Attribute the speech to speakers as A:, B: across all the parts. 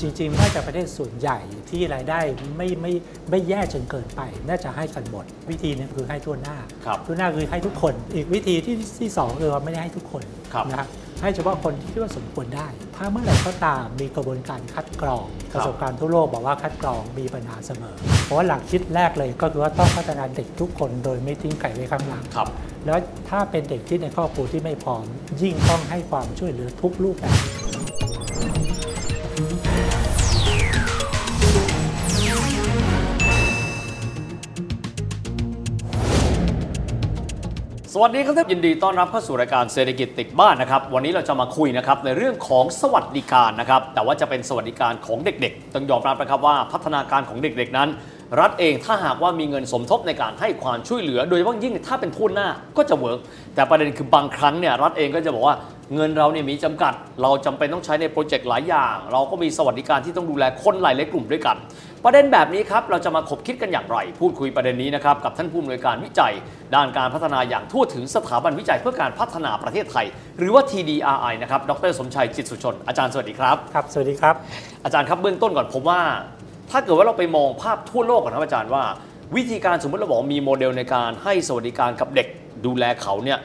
A: จริงๆน่าจะประเทศส่วนใหญ่ที่รายได้ไม่ไม่ไม่แย่จนเกินไปน่าจะให้กันหมด วิธีหนึงคือให้ทั่วหน้า
B: ครับ
A: ทั่วหน้าคือให้ทุกคน อีกวิธีที่ที่สองคือว่าไม่ได้ให้ทุกคน
B: ครับ
A: นะครับให้เฉพาะคนที่คิดว่าสมควรได้ ถ้าเมื่อไหร่ก็ตามมีกระบวนการคัดกรอง
B: ค
A: ป
B: รับ
A: ระสบการณ์ทั่วโลกบอกว่าคัดกรองมีปัญหาเสมอ เพราะว่าหลักคิดแรกเลยก็คือว่าต้องพัฒนาเด็กทุกคนโดยไม่ทิ้งไก่ไว้ข้างหลัง
B: ครับ
A: แล้วถ้าเป็นเด็กที่ในครอบครัวที่ไม่พร้อม ยิ่งต้องให้ความช่วยเหลือทุกรูปแบบ
B: สวัสดีครับท่านยินดีต้อนรับเข้าสู่รายการเศรษฐกิจติดบ้านนะครับ วันนี้เราจะมาคุยนะครับในเรื่องของสวัสดิการนะครับ แต่ว่าจะเป็นสวัสดิการของเด็กๆ ต้องยอมรับนะครับว่าพัฒนาการของเด็กๆนั้น รัฐเองถ้าหากว่ามีเงินสมทบในการให้ความช่วยเหลือ โดยเฉพาะยิ่งถ้าเป็นทุนหน้าก็จะเวิร์กแต่ประเด็นคือบางครั้งเนี่ยรัฐเองก็จะบอกว่า เงินเราเนี่ยมีจำกัด เราจำเป็นต้องใช้ในโปรเจกต์หลายอย่าง เราก็มีสวัสดิการที่ต้องดูแลคนหลายหลายกลุ่มด้วยกัน ประเด็นแบบนี้ครับเราจะมาคบคิดกันอย่างไร พูดคุยประเด็นนี้นะครับกับท่านผู้อำนวยการวิจัย ด้านการพัฒนาอย่างทั่วถึงสถาบันวิจัยเพื่อการพัฒนาประเทศไทย หรือว่า TDRI นะครับดรสมชัยจิตสุชน อาจารย์สวัสดีครับ
A: ครับ สวัสดีครับ
B: อาจารย์ครับเบื้องต้นก่อนผมว่า ถ้าเกิดว่าเราไปมองภาพทั่วโลกก่อนนะครับอาจารย์ว่า วิธีการสมมติเราบอกมีโมเดลในการให้สวัสดิการกับเด็กดูแลเขาเนี่ย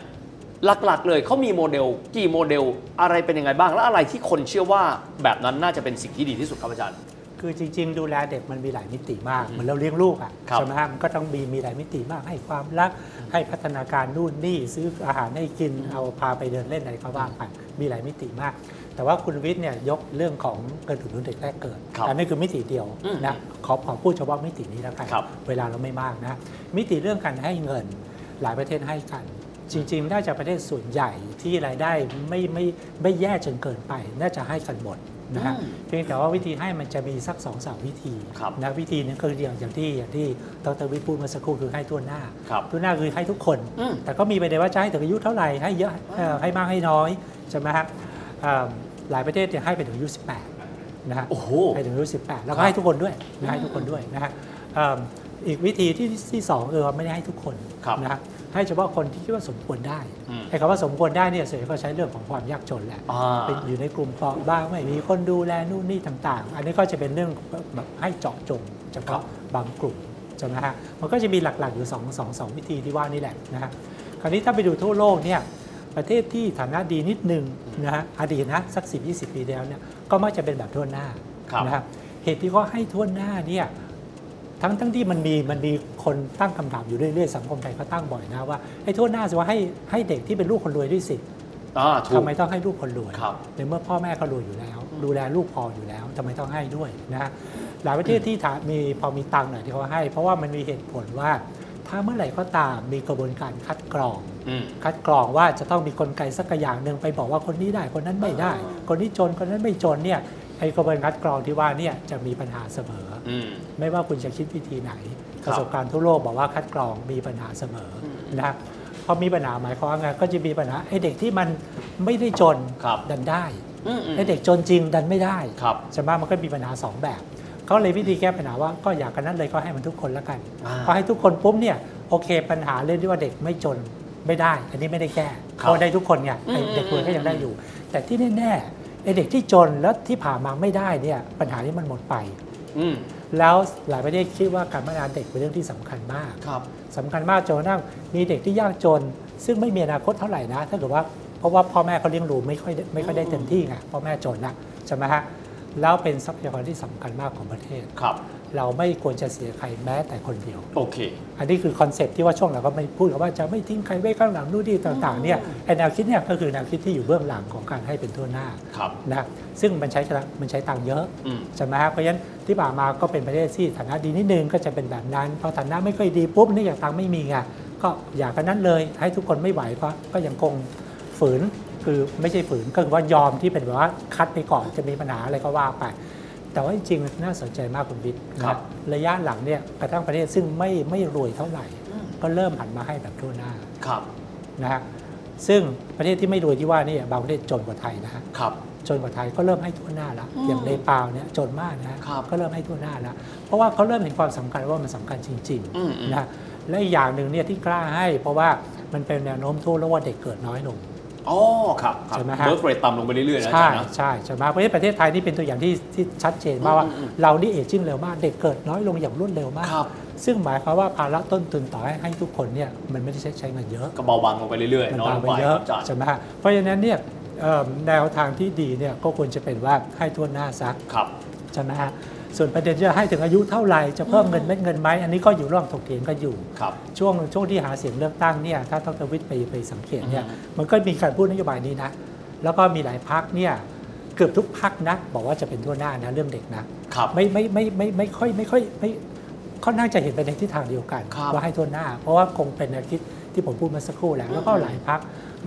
B: หลักๆเลยเขามีโมเดลกี่โมเดลอะไรเป็นยังไงบ้าง และอะไรที่คนเชื่อว่าแบบนั้นน่าจะเป็นสิ่งที่ดีที่สุดครับอาจารย์
A: คือจริง ๆ ดูแลเด็กมันมีหลายมิติมาก เหมือนเราเลี้ยงลูกอ่ะ
B: ครับ
A: ใช่ไหมฮะมันก็ต้องมีมีหลายมิติมาก ให้ความรัก ให้พัฒนาการนู่นนี่ซื้ออาหารให้กินเอาพาไปเดินเล่นอะไรก็ว่าไปมีหลายมิติมาก แต่ว่าคุณวิทย์เนี่ยยกเรื่องของเงินอุดหนุนเด็กแรกเกิด
B: ครับ
A: อันนี้คือมิติเดียว
B: อืม
A: นะขอขอพูดเฉพาะมิตินี้แล้วกัน
B: ครับ
A: เวลาเราไม่มากนะมิติเรื่องการให้เงินหลายประเทศให้กัน จริง ๆ น่าจะประเทศส่วนใหญ่ที่รายได้ไม่ไม่ไม่แย่จนเกินไป น่าจะให้กันหมดนะฮะ
B: อืม
A: เพียงแต่ว่าวิธีให้มันจะมีสักสองสามวิธี
B: ครับ
A: นะวิธีหนึงคืออย่างอย่างที่อย่างที่ดรวิทย์พูดเมื่อสักครู่คือให้ทั่วหน้า
B: ครับ
A: ทั่วหน้าคือให้ทุกคน
B: อืม
A: แต่ก็มีประเด็นว่าจะให้ถึงอายุเท่าไหร่ให้เยอะเอ่อให้มากให้น้อยใช่ไหมฮะเอิ่มหลายประเทศเนี่ยให้ไปถึงอายุ18นะฮะ
B: โอ้โห
A: ให้ถึงอายุ18 แล้ว
B: ครั
A: ก็
B: บ
A: ให้ทุกคนด้วยนะให้
B: อืม
A: ทุกคนด้วยนะฮะเอิ่มอีกวิธีที่ที่สองคือว่าไม่ได้ให้ทุกคน
B: ครับ
A: นะฮะให้เฉพาะคนที่คิดว่าสมควรได้
B: อืม
A: ไอ้คำว่าสมควรได้เนี่ยส่วนใหญ่ก็ใช้เรื่องของความยากจนแหละ
B: อ่า
A: เป็นอยู่ในกลุ่มเปราะบางไม่มีคนดูแลนู่นนี่ต่าง ๆ อันนี้ก็จะเป็นเรื่องแบบให้เจาะจงเฉ
B: ครั
A: พาะ
B: บบ
A: างกลุ่มใช่ไหมฮะมันก็จะมีหลักๆอยู่2องสองสองวิธีที่ว่านี่แหละนะฮะคราวนี้ถ้าไปดูทั่วโลกเนี่ยประเทศที่ฐานะดีนิดนึงนะฮะอดีตนะสัก 10 20 ปีแล้วเนี่ยก็มักจะเป็นแบบทั่วหน้า
B: ครับ
A: นะครับเหตุที่เขาให้ทั่วหน้าเนี่ยทั้งทั้งที่มันมีมันมีคนตั้งคำถามอยู่เรื่อยๆสังคมไทยก็ตั้งบ่อยนะว่าให้ทั่วหน้าสิว่าให้ให้เด็กที่เป็นลูกคนรวยด้วยสิ
B: ่าถูก
A: ทำไมต้องให้ลูกคนรวย
B: ครับ
A: ในเมื่อพ่อแม่ก็รวยอยู่แล้ว ดูแลลูกพออยู่แล้วทำไมต้องให้ด้วยนะฮะหลายประเทศที่ถามีพอมีตังค์หน่อยที่เขาให้ เพราะว่ามันมีเหตุผลว่า ถ้าเมื่อไหร่ก็ตามมีกระบวนการคัดกรอง
B: อืม
A: คัดกรองว่าจะต้องมีกลไกสักอย่างหนึ่งไปบอกว่าคนนี้ได้คนนั้นไม่ได้
B: อ่า
A: คนนี้จนคนนั้นไม่จนเนี่ยไอ้กระบวนการคัดกรองที่ว่าเนี่ยจะมีปัญหาเสมอ
B: อืม
A: ไม่ว่าคุณจะคิดวิธีไหน
B: ค
A: ป
B: รับ
A: ระสบการณ์ทั่วโลกบอกว่าคัดกรองมีปัญหาเสมอนะครับพอมีปัญหาหมายความว่าไงก็จะมีปัญหาไอ้เด็กที่มันไม่ได้จน
B: ครับ
A: ดันได้
B: อืมอืม
A: ไอ้เด็กจนจริงดันไม่ได้
B: ครับ
A: ใช่ไหมมันก็มีปัญหาสองแบบเขาเลยวิธีแก้ปัญหาว่าก็อยากกันนั้นเลยก็ให้มันทุกคนละกัน
B: อ่า
A: พอให้ทุกคนปุ๊บเนี่ยโอเค ปัญหาเรื่องที่ว่าเด็กไม่จนไม่ได้ อันนี้ไม่ได้แก้
B: ครับ
A: เขาได้ทุกคนไงไอ้
B: อืม
A: เด็กรวยก็ยังได้อยู่ แต่ที่แน่ๆไอ้เด็กที่จนแล้วที่ผ่านมาไม่ได้เนี่ยปัญหานี้มันหมดไป
B: ืม
A: แล้วหลายประเทศคิดว่าการพัฒนาเด็กเป็นเรื่องที่สำคัญมาก
B: ครับ
A: สำคัญมากจนกระทั่งมีเด็กที่ยากจน ซึ่งไม่มีอนาคตเท่าไหร่นะถ้าเกิดว่าเพราะว่าพ่อแม่เขาเลี้ยงดูไม่ค่อยไม่ค่อยได้เต็มที่ไงพ่อแม่จนนะใช่ไหมฮะแล้วเป็นทรัพยากรที่สำคัญมากของประเทศ
B: ครับ
A: เราไม่ควรจะเสียใครแม้แต่คนเดียว
B: โอเค
A: อันนี้คือคอนเซ็ปต์ที่ว่าช่วงหลังก็ไม่พูดกันว่าจะไม่ทิ้งใครไว้ข้างหลังนู่นนี่ต่างๆเนี่ยไอแนวคิดเนี่ยก็คือแนวคิดที่อยู่เบื้องหลังของการให้เป็นทั่วหน้า
B: ครับ
A: นะซึ่งมันใช้กระมันใช้ตังค์เยอะ
B: อืม
A: ใช่ไหมฮะเพราะฉะนั้นที่ผ่านมาก็เป็นประเทศที่ฐานะดีนิดนึงก็จะเป็นแบบนั้นพอฐานะไม่ค่อยดีปุ๊บนี่อย่างตังค์ไม่มีไงก็อยากกันนั้นเลย ให้ทุกคนไม่ไหวก็ก็ยังคงฝืนคือไม่ใช่ฝืนก็คือว่ายอมที่เป็นแบบว่าคัดไปก่อนจะมีปัญหาอะไรก็ว่าไป แต่ว่าจริงๆน่าสนใจมากคุณวิทย์นะครับ ระยะหลังเนี่ยกระทั่งประเทศซึ่งไม่ไม่รวยเท่าไหร่ ก็เริ่มหันมาให้แบบทั่วหน้า
B: ครับ
A: นะฮะซึ่งประเทศที่ไม่รวยที่ว่านี่บางประเทศจนกว่าไทยนะฮะ
B: ครับ
A: จนกว่าไทยก็เริ่มให้ทั่วหน้าแล้ว
B: อืม
A: อย่างเนปาลเนี่ยจนมากนะครับ ก็เริ่มให้ทั่วหน้าแล้วเพราะว่าเขาเริ่มเห็นความสำคัญว่ามันสำคัญจริง
B: อืมอืม
A: ๆนะและอีกอย่างหนึ่งเนี่ยที่กล้าให้ เพราะว่ามันเป็นแนวโน้มทั่วโลกว่าเด็กเกิดน้อยลง
B: อ๋อครับครับ
A: ใช่ไหมฮะ
B: เบิร์ตเรทต่ำลงไปเรื่อยๆนะ
A: ใช่
B: อาจารย์นะ
A: ใช่ใช่ไหมเพราะฉะนั้นประเทศไทยนี่เป็นตัวอย่างที่ที่ชัดเจนมากว่า
B: อืมอืม
A: เรานี่เอจิ้งเร็วมากเด็กเกิดน้อยลงอย่างรวดเร็วมาก
B: ครับ
A: ซึ่งหมายความว่าภาระต้นทุนต่อให้ให้ทุกคนเนี่ยมันไม่ได้ใช้ใช้เงินเยอะ
B: ก็เบาบางลงไปเรื่อย
A: มัน
B: ๆน้อย
A: บาง
B: ลง
A: ไป
B: ไป
A: เย
B: ค
A: อะ
B: รับอาจารย์
A: ใช่ไหมฮะเพราะฉะนั้นเนี่ยเอิ่มแนวทางที่ดีเนี่ยก็ควรจะเป็นว่าให้ทั่วหน้าซัก
B: ครับ
A: ใช่ไหมฮะส่วนประเด็นจะให้ถึงอายุเท่าไหร่จะเพิ่มเงินเม็ดเงินไหมอันนี้ก็อยู่ระหว่างถกเถียงกันอยู่
B: ครับ
A: ช่วงช่วงที่หาเสียงเลือกตั้งเนี่ยถ้าดรวิทย์ไปไปสังเกตเนี่ย
B: อือฮึ
A: มันก็มีการพูดนโยบายนี้นะ แล้วก็มีหลายพักเนี่ยเกือบทุกพักนะบอกว่าจะเป็นทั่วหน้านะเรื่องเด็กนะ
B: ครับ
A: ไม่ไม่ไม่ไม่ไม่ค่อยไม่ค่อยไม่ค่อนข้างจะเห็นไปในทิศทางเดียวกัน
B: ครับ
A: ว่าให้ทั่วหน้า เพราะว่าคงเป็นแนวคิดที่ผมพูดเมาสักครู่แหละแล้วก็
B: อืม
A: หลายพัก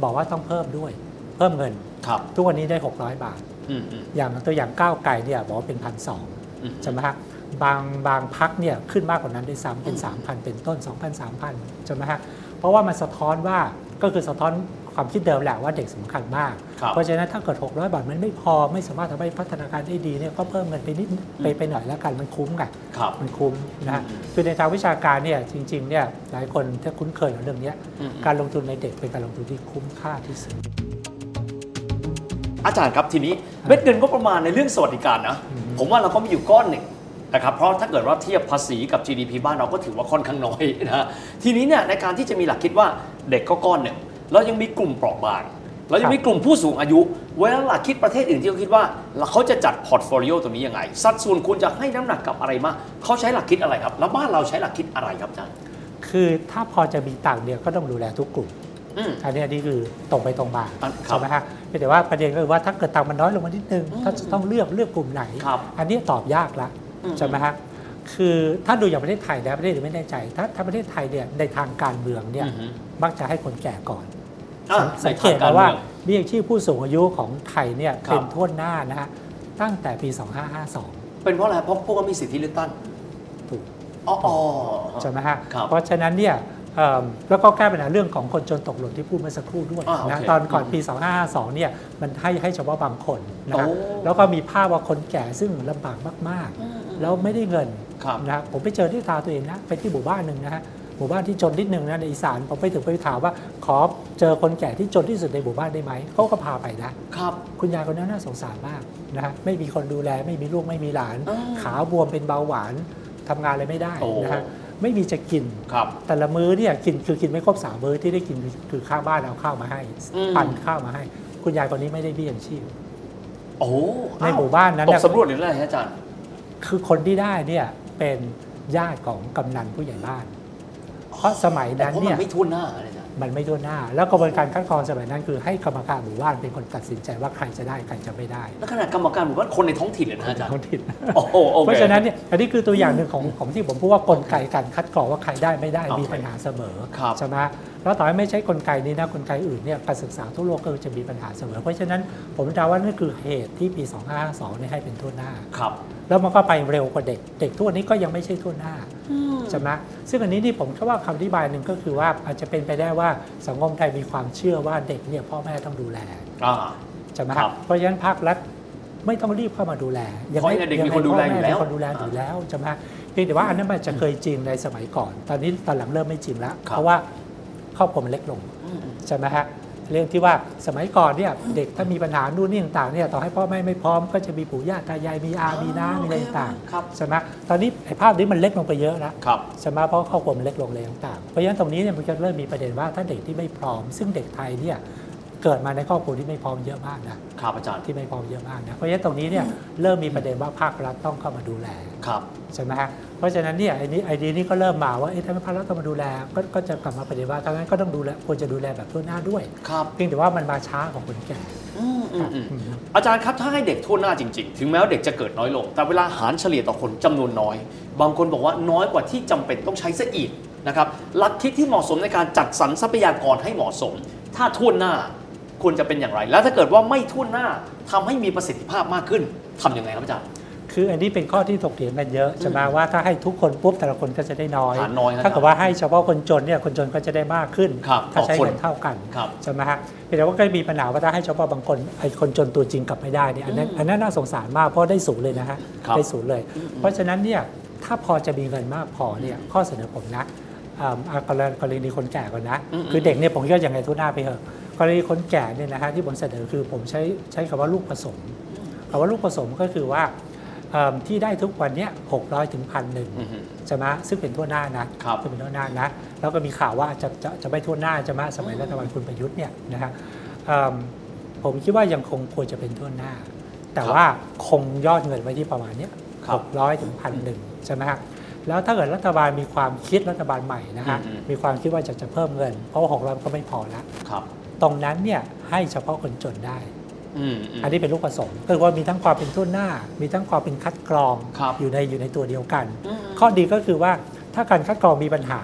A: บอกว่าต้องเพิ่มด้วย เพิ่มเงิน
B: ครับ
A: ทุกวันนี้ได้ 600 บาท
B: อืมอืม
A: อย่างตัวอย่างก้าวไกลเนี่ยบอกว่าเป็นพันสอง
B: อืม
A: ใช่ไหมฮะบางบางพักเนี่ยขึ้นมากกว่านั้นด้วยซ้ำเป็น 3,000 เป็นต้น 2,000 3,000ใช่ไหมฮะเพราะว่ามันสะท้อนว่าก็คือสะท้อนความคิดเดิมแหละว่าเด็กสำคัญมาก
B: ครับ
A: เพราะฉะนั้นถ้าเกิด 600 บาทมันไม่พอไม่สามารถทำให้พัฒนาการได้ดีเนี่ยก็เพิ่มเงินไปนิดไปไปหน่อยแล้วกันมันคุ้มไง
B: ครับ
A: มันคุ้มนะฮะ
B: อืม
A: คือในทางวิชาการเนี่ยจริงๆเนี่ยหลายคนถ้าคุ้นเคยกับเรื่องเนี้ย
B: อืมอืม
A: การลงทุนในเด็กเป็นการลงทุนที่คุ้มค่าที่สุด
B: อาจารย์ครับทีนี้เม็ดเงินก็ประมาณในเรื่องสวัสดิการนะ
A: อืม
B: ผมว่าเราก็มีอยู่ก้อนหนึ่งนะครับเพราะถ้าเกิดว่าเทียบภาษีกับ GDP บ้านเราก็ถือว่าค่อนข้างน้อยนะทีนี้เนี่ยในการที่จะมีหลักคิดว่าเด็กก็ก้อนหนึ่งเรายังมีกลุ่มเปราะบางเรายังมีกลุ่มผู้สูงอายุเวลาหลักคิดประเทศอื่นที่เขาคิดว่าเขาจะจัดพอร์ตโฟลิโอตรงนี้ยังไง สัดส่วนควรจะให้น้ำหนักกับอะไรมากเขาใช้หลักคิดอะไรครับ แล้วบ้านเราใช้หลักคิดอะไรครับอาจารย์
A: คือถ้าพอจะมีตังค์เนี่ยก็ต้องดูแลทุกกลุ่ม
B: อืม
A: อันนี้อันนี้คือตรงไปตรงมา
B: อ่ะครับ
A: ใช่ไหมฮะเพียงแต่ว่าประเด็นก็คือว่าถ้าเกิดตังค์มันน้อยลงมานิดนึง
B: อืม
A: ถ้าจะต้องเลือกเลือกกลุ่มไหน
B: ครับ
A: อันนี้ตอบยากละ
B: อืม
A: ใช่ไหมฮะคือถ้าดูอย่างประเทศไทยนะประเทศอื่นไม่แน่ใจ ถ้าถ้าประเทศไทยเนี่ยในทางการเมืองเนี่ย
B: อือฮึ
A: มักจะให้คนแก่ก่อน
B: อ่ะ
A: สังเกต
B: ในทงร
A: มาว่า
B: มือง
A: เบี้ยชีพผู้สูงอายุของไทยเนี่ย
B: ครับ
A: เป็นทั่วหน้านะฮะตั้งแต่ปี 2552
B: เป็นเพราะอะไรเพราะพวกเขามีสิทธิเลือกตั้ง
A: ถูก
B: อ๋ออ๋อ
A: ใช่ไหมฮะ
B: ครับ
A: เพราะฉะนั้นเนี่ยเอิ่มแล้วก็แก้ปัญหาเรื่องของคนจนตกหล่นที่พูดเมื่อสักครู่ด้วย
B: อ่าโอ
A: นะ
B: เค
A: ตอนก่อน
B: อืม
A: ปี 2552เนี่ยมันให้ให้เฉพาะบางคนนะฮะ
B: โอ้
A: แล้วก็มีภาพว่าคนแก่ซึ่งลำบากมาก
B: อืมอืม
A: ๆ แล้วไม่ได้เงิน
B: ครับ
A: นะฮะผมไปเจอที่ตาตัวเองนะไปที่หมู่บ้านหนึ่งนะฮะหมู่บ้านที่จนนิดหนึ่งนะในอีสานผมไปถึงไปถามว่าขอเจอคนแก่ที่จนที่สุดในหมู่บ้านได้ไหมเขาก็พาไปนะ
B: ครับ
A: คุณยายคนนั้นน่าสงสารมากนะฮะไม่มีคนดูแลไม่มีลูกไม่มีหลาน
B: อ่า
A: ขาบวมเป็นเบาหวานทำงานอะไรไม่ได้
B: โอ้
A: นะฮะไม่มีจะกิน
B: ครับ
A: แต่ละมื้อเนี่ยกินคือกินไม่ครบสามมื้อที่ได้กินคือคือข้าวบ้านเอาข้าวมาให้
B: อืม
A: ปั่นข้าวมาให้ คุณยายคนนี้ไม่ได้เบี้ยยังชีพ
B: โอ้
A: ในหมู่บ้านนั้น
B: ต
A: เนี่ย
B: กสำรวจหรืออะไรฮะอาจารย์
A: คือคนที่ได้เนี่ยเป็นญาติของกำนันผู้ใหญ่บ้าน เพราะสมัย
B: แต่
A: นั้น
B: เพราะมั
A: เนี่ย
B: นไม่ทุนหน้าอะไรอาจารย์
A: มันไม่ทั่วหน้า แล้วกระบวนการคัดกรองสมัยนั้นคือให้กรรมการหมู่บ้านเป็นคนตัดสินใจว่าใครจะได้ใครจะไม่ได้
B: แล้วขนาดกรรมการหมู่บ้านคนในท้องถิ่นเลยนะฮะอาจารย์
A: ท้องถิ่น
B: โอ้โหโอค
A: เพราะฉะนั้นเนี่ยอันนี้คือตัวอย่างหนึ่งของของที่ผมพูดว่ากลไกการคัดกรองว่าใครได้ไม่ได้
B: โอเค
A: มีปัญหาเสมอ
B: ครับ
A: ใช่ไหมแล้วต่อให้ไม่ใช่กลไกนี้นะกลไกอื่นเนี่ยการศึกษาทั่วโลกก็จะมีปัญหาเสมอ เพราะฉะนั้นผมเดาว่านั่นคือเหตุที่ปี 2552เนี่ยให้เป็นทั่วหน้า
B: ครับ
A: แล้วมันก็ไปเร็วกว่าเด็ก เด็กทั่วนี้ก็ยังไม่ใช่ทั่วหน้าใช่ไหมซึ่งอันนี้นี่ผมคิดว่าคำอธิบายหนึ่งก็คือว่าอาจจะเป็นไปได้ว่าสังคมไทยมีความเชื่อว่าเด็กเนี่ยพ่อแม่ต้องดูแล
B: อ่า
A: ใช่ไหม
B: ค
A: ค
B: รั
A: รั
B: บบ
A: เพราะฉะนั้นภาครัฐไม่ต้องรีบเข้ามาดูแล
B: เพราะยังไงเด็กมีคนดูแลอยู่แล้ว
A: มีคนดูแลอยู่แล้วใช่ไหมเพียงแต่ว่าอันนั้นมันจะเคยจริงในสมัยก่อน ตอนนี้ตอนหลังเริ่มไม่จริงแล้ว
B: ครับ
A: เพราะว่าครอบครัวมันเล็กลง
B: อืมอืม
A: ใช่ไหมฮะเรื่องที่ว่าสมัยก่อนเนี่ยเด็กถ้ามีปัญหานู่นนี่ต่างๆเนี่ยต่อให้พ่อแม่ไม่พร้อมก็จะมีปู่ย่าตายายมีอามีน้ามีอะไรต่าง
B: ครับ
A: ๆใช่ไหมตอนนี้ไอ้ภาพนี้มันเล็กลงไปเยอะแล้ว
B: ครับ
A: ใช่ไหมเพราะครอบครัวมันเล็กลงเลยต่างๆ เพราะฉะนั้นตรงนี้เนี่ยมันก็เริ่มมีประเด็นว่าถ้าเด็กที่ไม่พร้อม ซึ่งเด็กไทยเนี่ยเกิดมาในครอบครัวที่ไม่พร้อมเยอะมากนะครับ
B: อาจารย์
A: ที่ไม่พร้อมเยอะมากนะเพราะฉะนั้นตรงนี้เนี่ยเริ่มมีประเด็นว่าภาครัฐต้องเข้ามาดูแล
B: ครับ
A: ใช่ไหมฮะเพราะฉะนั้นเนี่ยไอ้นี้ไอเดียนี้ก็เริ่มมาว่าเอ๊ะถ้าภาครัฐต้องมาดูแลก็ก็จะกลับมาประเด็นว่าทั้งนั้นก็ต้องดูแลควรจะดูแลแบบทั่วหน้าด้วย
B: ครับ
A: เพียงแต่ว่ามันมาช้ากว่าคนแก่
B: อืมอืมอืม
A: อืม
B: อาจารย์ครับถ้าให้เด็กทั่วหน้าจริง ๆ ถึงแม้ว่าเด็กจะเกิดน้อยลง แต่เวลาหารเฉลี่ยต่อคนจำนวนน้อย บางคนบอกว่าน้อยกว่าที่จำเป็นต้องใช้ซะอีกนะครับหลักคิดที่เหมาะสมในการจัดสรรทรัพยากรให้เหมาะสม ถ้าทั่วหน้าควรจะเป็นอย่างไร แล้วถ้าเกิดว่าไม่ทั่วหน้าทำให้มีประสิทธิภาพมากขึ้นทำยังไงครับอาจารย์
A: คืออันนี้เป็นข้อที่ถกเถียงกันเยอะจะมาว่าถ้าให้ทุกคนปุ๊บแต่ละคนก็จะได้น้อย
B: ฐานน้อยครับ
A: ถ้าเกิดว่าให้เฉพาะคนจนเนี่ยคนจนก็จะได้มากขึ้น
B: ครับ
A: ถ้าใช้
B: ต่อคน
A: เงินเท่ากัน
B: ครับ
A: ใช่ไหมฮะเพียงแต่ว่าก็มีปัญหาว่าถ้าให้เฉพาะบางคนไอ้คนจนตัวจริงกลับไม่ได้เนี่ยอันนั้นอันนั้นน่าสงสารมากเพราะได้ศูนย์เลยนะฮะ
B: ครับ
A: ได้ศูนย์เลย เพราะฉะนั้นเนี่ยถ้าพอจะมีเงินมากพอเนี่ยข้อเสนอผมนะอ่าเอากรณีกรณีคนแก่ก่อนนะ
B: อืม
A: คือเด็กเนี่ยผมก็ยังไงทุกหน้าไปเถอะกรณีคนแก่เนี่ยนะฮะที่ผมเสนอคือผมใช้ใช้คำว่าลูกผสม คำว่าลูกผสมก็คือว่าเอิ่มที่ได้ทุกวันเนี้ยหกร้อยถึงพันหนึ่ง
B: อือฮึ
A: ใช่ไหมซึ่งเป็นทั่วหน้านะครับซึ่งเป็นทั่วหน้านะ แล้วก็มีข่าวว่าจะจะจะไม่ทั่วหน้าใช่ไหมสมัยรัฐบาลคุณประยุทธ์เนี่ยนะฮะเอิ่มผมคิดว่ายังคงควรจะเป็นทั่วหน้า แต่
B: ครับ
A: ว่าคงยอดเงินไว้ที่ประมาณเนี้ย
B: ครับ
A: หกร้อยถึงพันหนึ่งใช่ไหมฮะแล้วถ้าเกิดรัฐบาลมีความคิดรัฐบาลใหม่นะฮะ
B: อืม
A: มีความคิดว่าจะจะเพิ่มเงิน เพราะว่าหกร้อยก็ไม่พอละ
B: ครับ
A: ตรงนั้นเนี่ยให้เฉพาะคนจนได้
B: อืมอืม
A: อันนี้เป็นลูกผสมก็คือว่ามีทั้งความเป็นทุนหน้า มีทั้งความเป็นคัดกรอง
B: ครับ
A: อยู่ในอยู่ในตัวเดียวกัน
B: อืม
A: ข้อดีก็คือว่าถ้าการคัดกรองมีปัญหา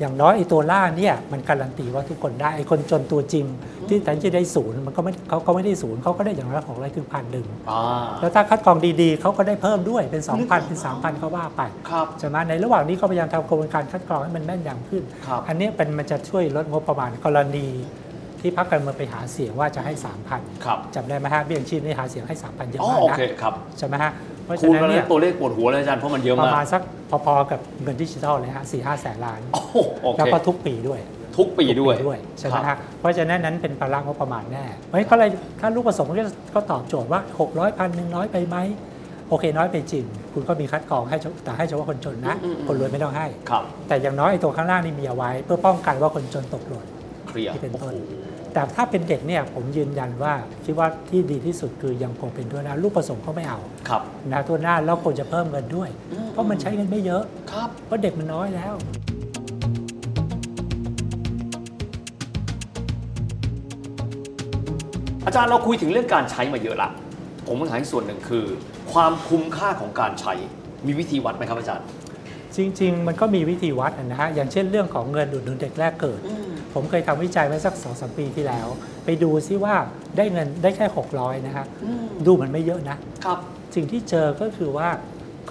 A: อย่างน้อยไอ้ตัวล่างเนี่ยมันการันตีว่าทุกคนได้ไอ้คนจนตัวจริง ที่แทนที่ได้ศูนย์มันก็ไม่เขาก็ไม่ได้ศูนย์เขาก็ได้อย่างละของไรถึงพันหนึ่ง
B: อ่า
A: แล้วถ้าคัดกรองดีๆเขาก็ได้เพิ่มด้วยเป็น 2,000 เป็น 3,000ก็ว่าไป
B: ครับ
A: ใช่ไหมในระหว่างนี้ก็พยายามทำกระบวนการคัดกรองให้มันแม่นยำขึ้น
B: ครับ
A: อันเนี้ยเป็นมันจะช่วยลดงบประมาณกรณีที่พักการเมืองไปหาเสียงว่าจะให้3,000
B: ครับ
A: จำได้ไหมฮะเบี้ยยังชีพนี่หาเสียงให้ 3,000 เยอะ
B: อ๋อ
A: มาก
B: โอ
A: นะ
B: เคครับ
A: ใช่ไหมฮะเพราะ
B: คู
A: ฉะ
B: ณ
A: นั้น
B: กัน
A: เนี่
B: แล้
A: ยว
B: ตัวเลขปวดหัวเลยอาจารย์เพราะมันเยอะ
A: ประ
B: มาก
A: มาณสักพอๆกับเงินดิจิทัลเลยฮะสี่ห้าแสนล้าน
B: โอ้โหโอเค
A: แล้วก็ทุกปีด้วย
B: ทุกปีด้วย
A: ใช่ไหม
B: ครับ
A: ฮะเพราะฉะนั้นนั้นเป็นภาระงบประมาณแน่เพราะฉะนั้นก็เลยถ้าลูกผสมก็ก็ตอบโจทย์ว่า 600พันหนึ่งน้อยไปไหมโอเคน้อยไปจริง คุณก็มีคัดกรองให้เฉแต่ให้เฉพาะคนจนนะ
B: อืมอืม
A: คนรวยไม่ต้องให้
B: ครับ
A: แต่อย่างน้อยไอ้ตัวข้างล่างนี่มีเอาไว้ เพื่อป้องกันว่าคนจนตกหล่น
B: เคลียร์
A: ที่เป็น
B: โอ้
A: ต้น
B: โห
A: แต่ถ้าเป็นเด็กเนี่ยผมยืนยันว่าคิดว่าที่ดีที่สุดคือยังคงเป็นด้วยนะลูกผสมเขาไม่เอา
B: ครับ
A: นะตัวหน้าแล้วควรจะเพิ่มเงินด้วย
B: อืม
A: เพราะมันใช้เงินไม่เยอะ
B: ครับ
A: เพราะเด็กมันน้อยแล้ว
B: อาจารย์เราคุยถึงเรื่องการใช้มาเยอะละ ผมปัญหาอีกส่วนหนึ่งคือ ความคุ้มค่าของการใช้ มีวิธีวัดไหมครับอาจารย์
A: จริง ๆ มันก็มีวิธีวัดนะฮะอย่างเช่นเรื่องของเงินอุดหนุนเด็กแรกเกิด ผมเคยทำวิจัยไว้สักสองสมปีที่แล้ว ไปดูซิว่าได้เงินได้แค่ 600 นะฮะดูมันไม่เยอะนะ
B: ครับ
A: สิ่งที่เจอก็คือว่า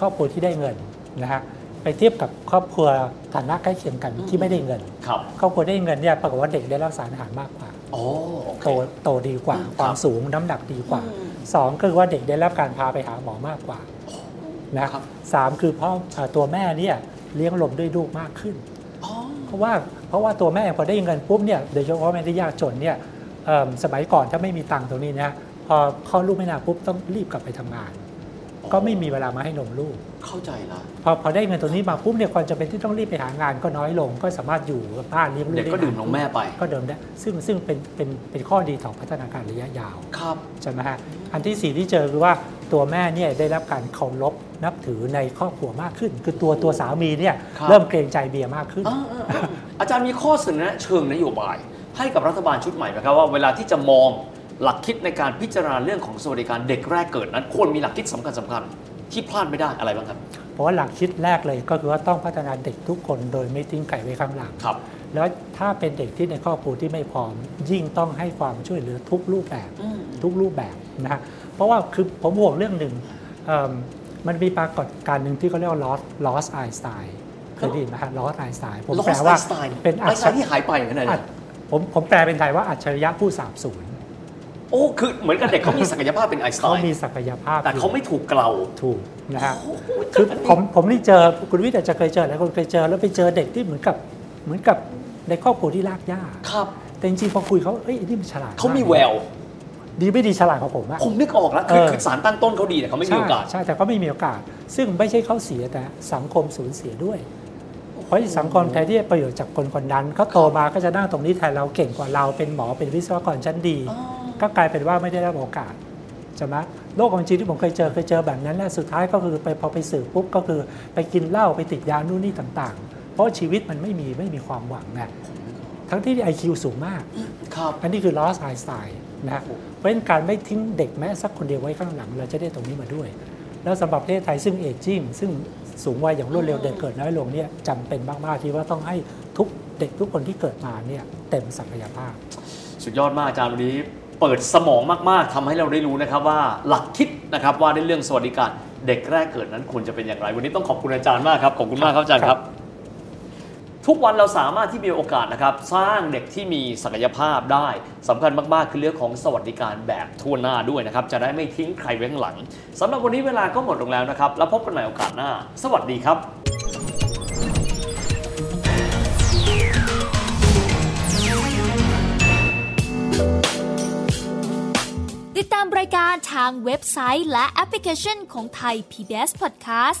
A: ครอบครัวที่ได้เงินนะฮะไปเทียบกับครอบครัวฐานะใกล้เคียงกันที่ไม่ได้เงิน
B: ครับ
A: ครอบครัวได้เงินเนี่ยปรากฏว่าเด็กได้รับสารอาหารมากกว่า
B: อ๋อโอเค
A: โตโตดีกว่า
B: อืม
A: ความ
B: ครับ
A: สูงน้ำหนักดีกว่าสองก็คือว่าเด็กได้รับการพาไปหาหมอมากกว่านะครับ สามคือพ่อเอ่อตัวแม่เนี่ยเลี้ยงลมด้วยลูกมากขึ้น
B: อ๋อ
A: เพราะว่าเพราะว่าตัวแม่พอได้เงินปุ๊บเนี่ยโดยเฉพาะแม่ที่ยากจนเนี่ยเอิ่มสมัยก่อนถ้าไม่มีตังค์ตรงนี้นะพอคลอดลูกไม่นานปุ๊บต้องรีบกลับไปทำงาน
B: อ๋อ
A: ก็ไม่มีเวลามาให้นมลูก
B: เข้าใจละ
A: พอพอได้เงินตรงนี้มาปุ๊บเนี่ยความจำเป็นที่ต้องรีบไปหางานก็น้อยลง ก็สามารถอยู่กับบ้านเลี้ยงลูก
B: เด็กก็
A: ไา
B: ดื่มนมแม่ไป
A: ก็เดิมได้ซึ่งซึ่งเป็นเป็นเป็นข้อดีของพัฒนาการระยะยาว
B: ครับ
A: ใช่ไหมฮะ อันที่สี่ที่เจอคือว่าตัวแม่เนี่ยได้รับการเคารพนับถือในครอบครัวมากขึ้น คือตัวตัวสามีเนี่ย
B: ครับ
A: เริ่มเกรงใจเบียร์มากขึ้น
B: อ่าอ่าอ่าอาจารย์มีข้อเสนอแนะเชิงนโยบาย ให้กับรัฐบาลชุดใหม่ไหมครับว่าเวลาที่จะมองหลักคิดในการพิจารณาเรื่องของสวัสดิการเด็กแรกเกิดนั้น ควรมีหลักคิดสำคัญสำคัญๆที่พลาดไม่ได้อะไรบ้างครับ
A: เพราะว่าหลักคิดแรกเลยก็คือว่าต้องพัฒนาเด็กทุกคนโดยไม่ทิ้งไก่ไว้ข้างหลัง
B: ครับ
A: แล้วถ้าเป็นเด็กที่ในครอบครัวที่ไม่พร้อม ยิ่งต้องให้ความช่วยเหลือทุกรูปแบบ
B: อืม
A: ทุกรูปแบบนะฮะ เพราะว่าคือผมห่วงเรื่องหนึ่งเอิ่มมันมีปรากฏการณ์หนึ่งที่เขาเรียกว่า loss loss Einstein เคยได้ยินไหมฮะ loss Einstein ผมแปล
B: Lost
A: ว่า
B: Einstein
A: เป็นอัจ
B: Einstein ที่หายไปอย่างนั้นเลย
A: อั
B: นะ
A: จผมผมแปลเป็นไทยว่าอัจฉริยะผู้สาบสูญ
B: โอ้ คือเหมือนกับเด็กเขามีศักยภาพเป็นไอน์สไต
A: เขา
B: น์
A: มีศักยภาพ
B: แต่เขาไม่ถูกเกลา
A: ถูกนะครับคือผมผมนี่เจอคุณวิทย์อาจจะเคยเจอหลายคนเคยเจอแล้วไปเจอเด็กที่เหมือนกับเหมือนกับในครอบครัวที่ลากย่า
B: ครับ
A: แต่จริงๆพอคุยเขาเอ้ยไอ้นี่มันฉลาด
B: เขามี
A: ก
B: แวว
A: ดีไม่ดีฉลาดกว่าผมอะ
B: ผมนึกออกแล้ว คือ
A: เออ
B: คือสารตั้งต้นเขาดีแต่เขาไม่มีโอกาส
A: ใช่ใช่แต่ก็ไม่มีโอกาส ซึ่งไม่ใช่เขาเสียแต่สังคมสูญเสียด้วย เพราะสังคมแทนที่จะประโยชน์จากคนคนนั้นเขาโตมาก็จะนั่งตรงนี้แทนเราเก่งกว่าเราเป็นหมอเป็นวิศวกรชั้นดี ก็กลายเป็นว่าไม่ได้รับโอกาสใช่ไหมโลกของจริงที่ผมเคยเจอเคยเจอแบบนั้นแหละสุดท้ายก็คือไปพอไปสืบปุ๊บก็คือไปกินเหล้าไปติดยานู่นนี่ต่างๆ เพราะชีวิตมันไม่มีไม่มีความหวังนะทั้งที่ IQ สูงมาก
B: ครับ
A: อันนี้คือ loss i n s t i n นะฮะเพราะฉะนั้นการไม่ทิ้งเด็กแม้สักคนเดียวไว้ข้างหลัง เราจะได้ตรงนี้มาด้วย แล้วสำหรับประเทศไทยซึ่งเอจิ้งซึ่งสูงวัยอย่างรวดเร็วเด็กเกิดน้อยลงเนี่ยจำเป็นมากๆที่ว่าต้องให้ทุกเด็กทุกคนที่เกิดมาเนี่ยเต็มศักยภาพ
B: สุดยอดมากอาจารย์วันนี้เปิดสมองมาก ๆทำให้เราได้รู้นะครับว่าหลักคิดนะครับว่าในเรื่องสวัสดิการ เด็กแรกเกิดนั้นควรจะเป็นอย่างไร วันนี้ต้องขอบคุณอาจารย์มากครับขอบคุณมากครับอาจารย์ครับ ทุกวันเราสามารถที่มีโอกาสนะครับสร้างเด็กที่มีศักยภาพได้สำคัญมากๆคือเรื่องของสวัสดิการแบบทั่วหน้าด้วยนะครับ จะได้ไม่ทิ้งใครไว้ข้างหลังสำหรับวันนี้เวลาก็หมดลงแล้วนะครับ แล้วพบกันใหม่โอกาสหน้า สวัสดีครับ
C: ติดตามรายการทางเว็บไซต์และแอปพลิเคชันของไทย PBS Podcast